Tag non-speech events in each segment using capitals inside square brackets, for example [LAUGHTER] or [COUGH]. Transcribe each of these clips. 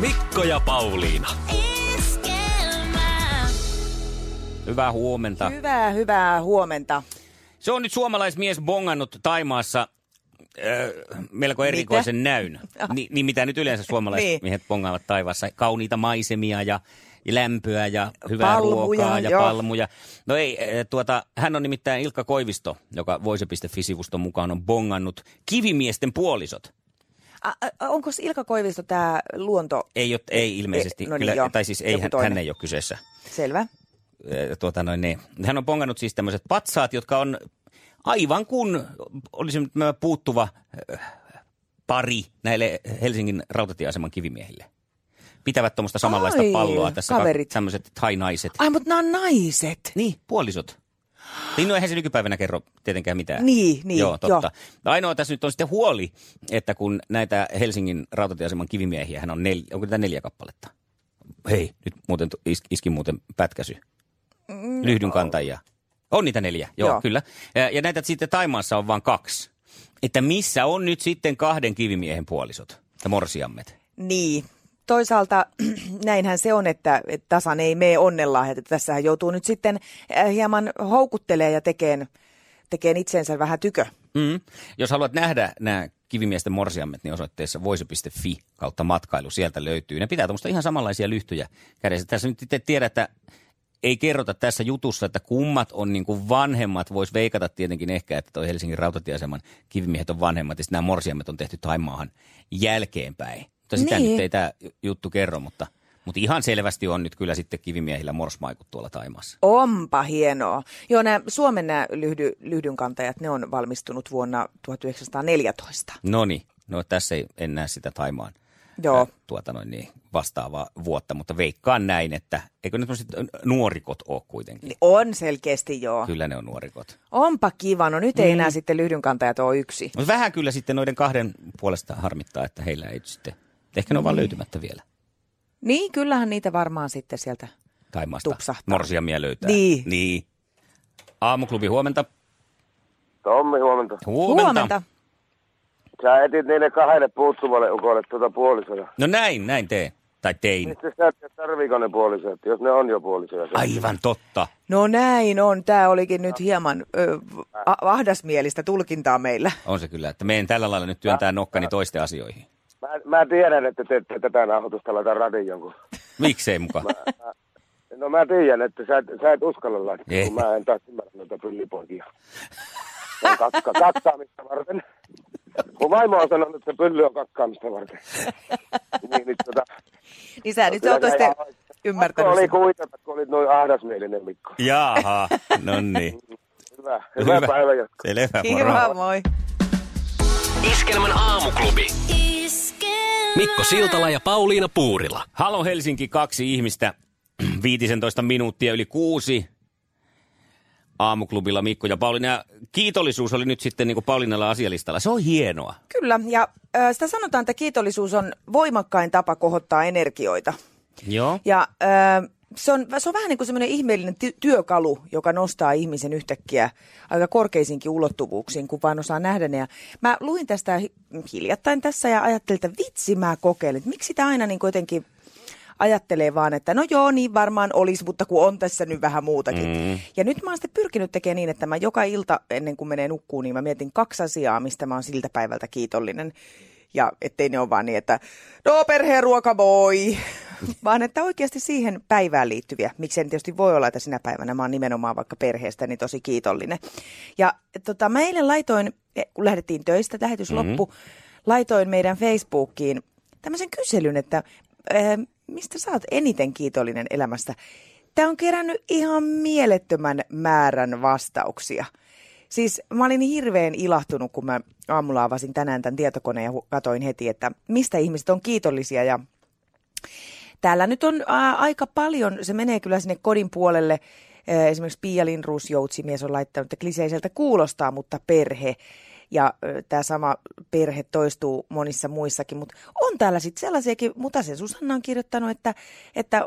Mikko ja Pauliina. Hyvää huomenta. Hyvää, hyvää huomenta. Se on nyt suomalaismies bongannut Taimaassa öö, melko erikoisen mitä? [LAUGHS] näyn. Ni, niin mitä nyt yleensä suomalaiset Ah. Niin. miehet bongaavat taivaassa. Kauniita maisemia ja ja lämpöä ja hyvää Palmuja, ruokaa ja joo. palmuja. No ei, ö, tuota, hän on nimittäin Ilkka Koivisto, joka voise.fi-sivuston mukaan on bongannut kivimiesten puolisot. A, a, onko Ilka Koivisto tämä luonto? Ei, ole, ei ilmeisesti, E- no niin, kyllä, joo. tai siis ei, Joku hän, toinen. hän ei ole kyseessä. Selvä. Ö, Tuota, noin, niin. Hän on pongannut siis tämmöiset patsaat, jotka on aivan kuin olisi nyt tämä puuttuva ö, pari näille Helsingin rautatieaseman kivimiehille. Pitävät tuommoista samanlaista Ai, palloa tässä. ka- kaverit. Tämmöiset thai-naiset. Ai, mutta nämä on naiset. Niin, puolisot. Niin no eihän se nykypäivänä kerro tietenkään mitään. Niin, niin, Joo, totta. Jo. Ainoa tässä nyt on sitten huoli, että kun näitä Helsingin rautatieaseman kivimiehiä, hän on nel, onko niitä neljä kappaletta? Hei, nyt muuten tu- is, iski muuten pätkäsy. Lyhdyn kantajia. On niitä neljä, joo, Mm. joo. Joo. kyllä. Ja, ja näitä sitten Taimaassa on vain kaksi. Että missä on nyt sitten kahden kivimiehen puolisot ja morsiammet? Niin. Toisaalta [CLEARS THROAT] näinhän se on, että että tasan ei mene onnellaan. Että tässähän joutuu nyt sitten äh, hieman houkuttelee ja tekeen, tekeen itsensä vähän tykö. Mm. Jos haluat nähdä nämä kivimiesten morsiammet, niin osoitteessa voise.fi kautta matkailu sieltä löytyy. Ne pitää tuommoista ihan samanlaisia lyhtyjä kädessä. Tässä nyt itse tiedä, että ei kerrota tässä jutussa, että kummat on niin kuin vanhemmat. Voisi veikata tietenkin ehkä, että toi Helsingin rautatieaseman kivimiehet on vanhemmat ja sitten nämä morsiammet on tehty Taimaahan jälkeenpäin. Mutta sitä Niin. nyt ei tämä juttu kerro, mutta, mutta ihan selvästi on nyt kyllä sitten kivimiehillä morsmaikut tuolla Taimaassa. Onpa hienoa. Joo, nämä Suomen nämä lyhdy, lyhdynkantajat, ne on valmistunut vuonna 1914. No niin, no tässä ei enää sitä Taimaan Joo. ää, tuota noin niin, vastaavaa vuotta, mutta veikkaan näin, että eikö nyt nuorikot ole kuitenkin? Niin on selkeästi joo. Kyllä ne on nuorikot. Onpa kiva. No nyt ei enää sitten lyhdynkantajat ole yksi. Mutta vähän kyllä sitten noiden kahden puolesta harmittaa, että heillä ei nyt sitten, ehkä ne on vaan löytymättä vielä Niin, kyllähän niitä varmaan sitten sieltä. Taimaasta Tupsahtaa. morsiamia löytää. Niin. niin. Aamuklubi huomenta. Tommi, huomenta. Huomenta. Sä etit niille kahdelle puuttuvalle ukolle tuota puolisoja. No näin, näin tee. Tai tein. Mistä sä et tarviiko ne puolisoja, jos ne on jo puolisoja? Aivan totta. No näin on. Tämä olikin nyt hieman ö, a- ahdasmielistä tulkintaa meillä. [LAUGHS] On se kyllä, että meidän tällä lailla nyt työntää nokkani toisten asioihin. Mä, mä tiedän, että te ette tätä nauhoitusta laita radion. Kun... Miksei [LAUGHS] muka? No mä tiedän, että sä, et- sä et uskalla laittaa, Ei. kun mä en taas ymmärrä noita pyllipoikia. Se on kakka, kakkaamista varten. Kun vaimo on sanonut, että se pylly on kakkaamista varten. niin, niin tota, Niin sä nyt kyllä oot sä sitten ihan- Pakko ymmärtänyt. oli sen. kuitata, kun olit noin ahdasmielinen, Mikko. Jaha, no niin. Hyvä, hyvä, Hyvä. hyvä. päivä. jatkoa. Selvä, Kiva, moi. Iskelmän aamuklubi. Mikko Siltala ja Pauliina Puurila. Halo Helsinki, kaksi ihmistä, [CLEARS THROAT] 15 minuuttia yli kuusi. Aamuklubilla Mikko ja Pauliina. Ja Kiitollisuus oli nyt sitten niin kuin Pauliinalla asialistalla. Se on hienoa. Kyllä, ja ö, sitä sanotaan, että kiitollisuus on voimakkain tapa kohottaa energioita. Joo. Ja ö, se, on, se on vähän niin kuin semmoinen ihmeellinen ty- työkalu, joka nostaa ihmisen yhtäkkiä aika korkeisiinkin ulottuvuuksiin, kun vaan osaa nähdä ne. Ja mä luin tästä hi- hiljattain tässä ja ajattelin, että vitsi mä kokeilen. Että Miksi sitä aina niin kuin jotenkin ajattelee vaan, että no joo, niin varmaan olisi, mutta kun on tässä nyt vähän muutakin. Mm. Ja nyt mä oon sitten pyrkinyt tekemään niin, että mä joka ilta ennen kuin menee nukkuun, niin mä mietin kaksi asiaa, mistä mä oon siltä päivältä kiitollinen. Ja ettei ne ole vaan niin, että no perheen ruoka voi, [LAUGHS] vaan että oikeasti siihen päivään liittyviä. Miksei ne tietysti voi olla, että sinä päivänä mä oon nimenomaan vaikka perheestäni tosi kiitollinen. Ja tota, mä eilen laitoin, e, kun lähdettiin töistä, lähetys mm-hmm. loppu, laitoin meidän Facebookiin tämmöisen kyselyn, että ää, mistä sä oot eniten kiitollinen elämästä? Tämä on kerännyt ihan mielettömän määrän vastauksia. Siis mä olin hirveän ilahtunut, kun mä aamulla avasin tänään tämän tietokoneen ja hu- katsoin heti, että mistä ihmiset on kiitollisia ja Täällä nyt on ää, aika paljon, se menee kyllä sinne kodin puolelle. Ää, esimerkiksi Pia Lindruus joutsimies on laittanut, että kliseiseltä kuulostaa, mutta perhe. Ja tämä sama perhe toistuu monissa muissakin, mutta on täällä sitten sellaisiakin, mutta se Susanna on kirjoittanut, että, että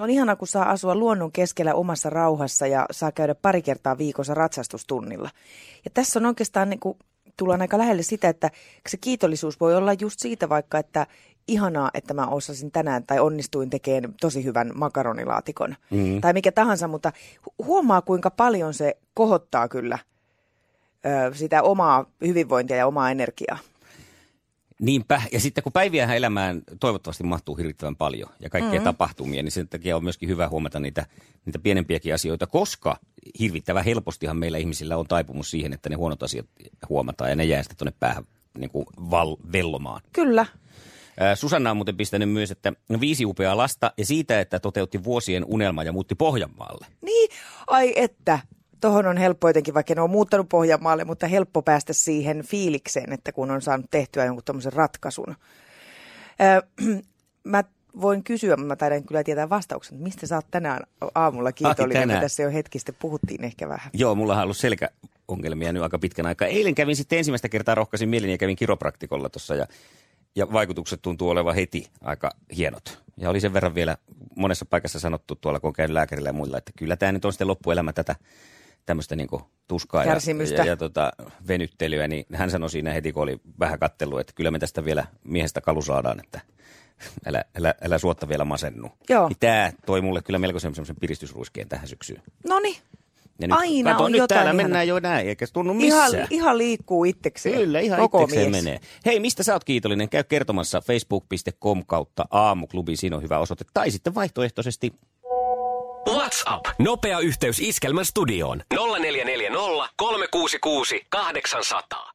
on ihana, kun saa asua luonnon keskellä omassa rauhassa ja saa käydä pari kertaa viikossa ratsastustunnilla. Ja tässä on oikeastaan niin kuin, tullaan aika lähelle sitä, että se kiitollisuus voi olla just siitä vaikka, että ihanaa, että mä osasin tänään tai onnistuin tekemään tosi hyvän makaronilaatikon mm. tai mikä tahansa, mutta hu- huomaa kuinka paljon se kohottaa kyllä ö, sitä omaa hyvinvointia ja omaa energiaa. Niinpä. Ja sitten kun päiviähän elämään toivottavasti mahtuu hirvittävän paljon ja kaikkea mm-hmm. tapahtumia, niin sen takia on myöskin hyvä huomata niitä, niitä pienempiäkin asioita, koska hirvittävän helpostihan meillä ihmisillä on taipumus siihen, että ne huonot asiat huomataan ja ne jää sitten tuonne päähän niin kuin val- vellomaan. Kyllä. Ää, Susanna on muuten pistänyt myös, että viisi upeaa lasta ja siitä, että toteutti vuosien unelma ja muutti Pohjanmaalle. Niin, ai että. Tuohon on helppo jotenkin, vaikka ne on muuttanut Pohjanmaalle, mutta helppo päästä siihen fiilikseen, että kun on saanut tehtyä jonkun tämmöisen ratkaisun. Öö, [CLEARS THROAT] mä voin kysyä, mutta mä taidan kyllä tietää vastauksen, että mistä sä oot tänään aamulla kiitollinen, tänään. kun tässä jo hetki sitten puhuttiin ehkä vähän. Joo, mulla on ollut selkäongelmia nyt aika pitkän aikaa. Eilen kävin sitten ensimmäistä kertaa rohkaisin mielin ja kävin kiropraktikolla tuossa ja, ja vaikutukset tuntuu olevan heti aika hienot. Ja oli sen verran vielä monessa paikassa sanottu tuolla, kun käyn lääkärillä ja muilla, että kyllä tämä nyt on sitten loppuelämä tätä tämmöistä niin tuskaa ja, Kärsimystä. ja, ja tota, venyttelyä, niin hän sanoi siinä heti, kun oli vähän kattelu, että kyllä me tästä vielä miehestä kalu saadaan, että älä, älä, älä suotta vielä masennu. Joo. Niin tämä toi mulle kyllä melko semmoisen piristysruiskeen tähän syksyyn. No niin, Ja Aina kato, on nyt jotain täällä ihanaa. mennään jo näin, eikä se tunnu missään. ihan, ihan liikkuu itsekseen. Kyllä, ihan Koko itsekseen mies. menee. Hei, mistä sä oot kiitollinen? Käy kertomassa facebook.com kautta aamuklubi, siinä on hyvä osoite. Tai sitten vaihtoehtoisesti WhatsApp. Nopea yhteys Iskelmän studioon. 0440 366 800.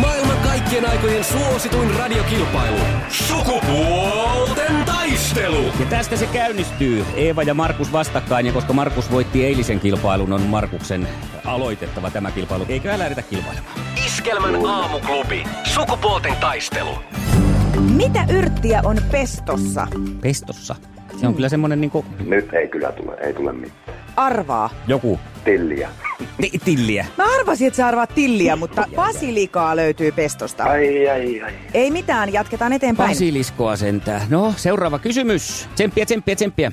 Maailman kaikkien aikojen suosituin radiokilpailu. Sukupuolten taistelu. Ja tästä se käynnistyy. Eeva ja Markus vastakkain, ja koska Markus voitti eilisen kilpailun, on Markuksen aloitettava tämä kilpailu. Eikö älä yritä kilpailemaan? Iskelmän aamuklubi. Sukupuolten taistelu. Mitä yrttiä on pestossa? Pestossa. Se Mm. on kyllä semmonen niinku Nyt ei kyllä tule, ei tule mitään. Arvaa. joku Tilliä. Ni- tilliä. Mä arvasin, että sä arvaat tilliä, mutta basilikaa löytyy pestosta. Ai, ai, ai. Ei mitään, jatketaan eteenpäin. Basiliskoa sentään. No, seuraava kysymys. Tsemppiä, tsemppiä, tsemppiä.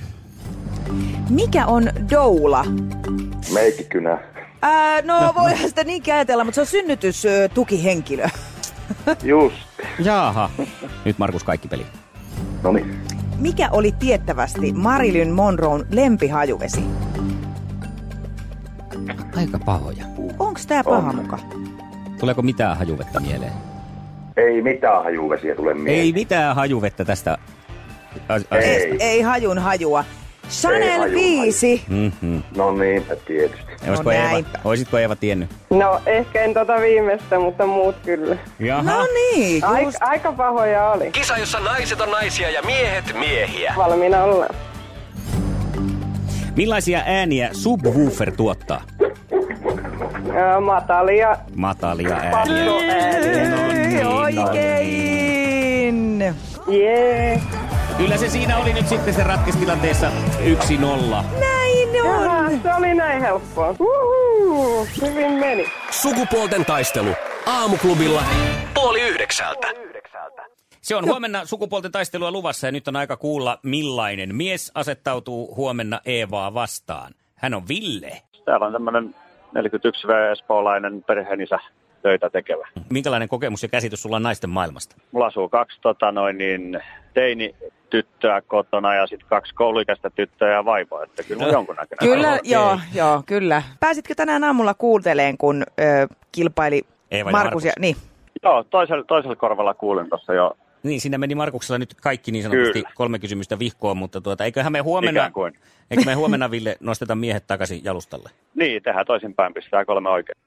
Mikä on doula? Meikkikynä. Ää, no, no voidaan sitä niinkin ajatella, mutta se on synnytystukihenkilö. Just. Jaaha. Nyt Markus kaikki peli. No niin. Mikä oli tiettävästi Marilyn Monroon lempihajuvesi? Aika pahoja. Onks tää paha On. muka? Tuleeko mitään hajuvettä mieleen? Ei mitään hajuvesiä tule mieleen. Ei mitään hajuvettä tästä a- asiasta. Ei. Ei hajun hajua. Chanel hajun 5. Mm-hmm. No niinpä tietysti. Olisiko Eeva, No näinpä. olisitko Eeva tiennyt? No ehkä en tota viimeistä, mutta muut kyllä. Jaha. No niin, Aik, just. aika pahoja oli. Kisa, jossa naiset on naisia ja miehet miehiä. Valmiina ollaan. Millaisia ääniä subwoofer tuottaa? Ää, Matalia. Matalia ääniä. Pasoääniä. No Ei, no Oikein. Jee. Kyllä se siinä oli nyt sitten se ratkistilanteessa 1-0. Näin on. Jaa, Se oli näin helppoa. Uhu, hyvin meni. Sukupuolten taistelu. Aamuklubilla. Puoli yhdeksältä. Se No. on huomenna sukupuolten taistelua luvassa ja nyt on aika kuulla, millainen mies asettautuu huomenna Eevaa vastaan. Hän on Ville. Täällä on tämmöinen 41V espoolainen perheenisä töitä tekevä. Minkälainen kokemus ja käsitys sulla on naisten maailmasta? Mulla asuu kaksi tota, noin, niin, teinityttöä kotona ja sitten kaksi kouluikäistä tyttöä ja vaimoa. Että kyllä no. jonkunnäköinen. Kyllä, Okei. joo, joo, kyllä. Pääsitkö tänään aamulla kuunteleen, kun ö, kilpaili Eeva ja Markus ja... Markus. Niin. Joo, toisella, toisella korvalla kuulin tuossa jo Niin, siinä meni Markuksella nyt kaikki niin sanotusti Kyllä. kolme kysymystä vihkoon, mutta tuota, eiköhän me huomenna, ikään [LAUGHS] kuin. eikö me huomenna Ville nosteta miehet takaisin jalustalle? Niin, tehdään toisinpäin, pistää kolme oikein.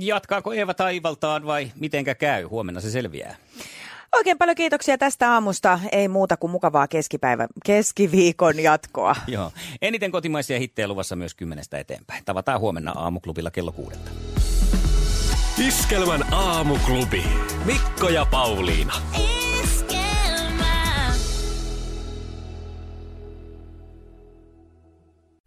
Jatkaako Eeva taivaltaan vai mitenkä käy? Huomenna se selviää. [LAUGHS] Oikein paljon kiitoksia tästä aamusta. Ei muuta kuin mukavaa keskipäivän, keskiviikon jatkoa. Joo. Eniten kotimaisia hittejä luvassa myös kymmenestä eteenpäin. Tavataan huomenna aamuklubilla kello kuudelta. Iskelmän aamuklubi. Mikko ja Pauliina. esquema.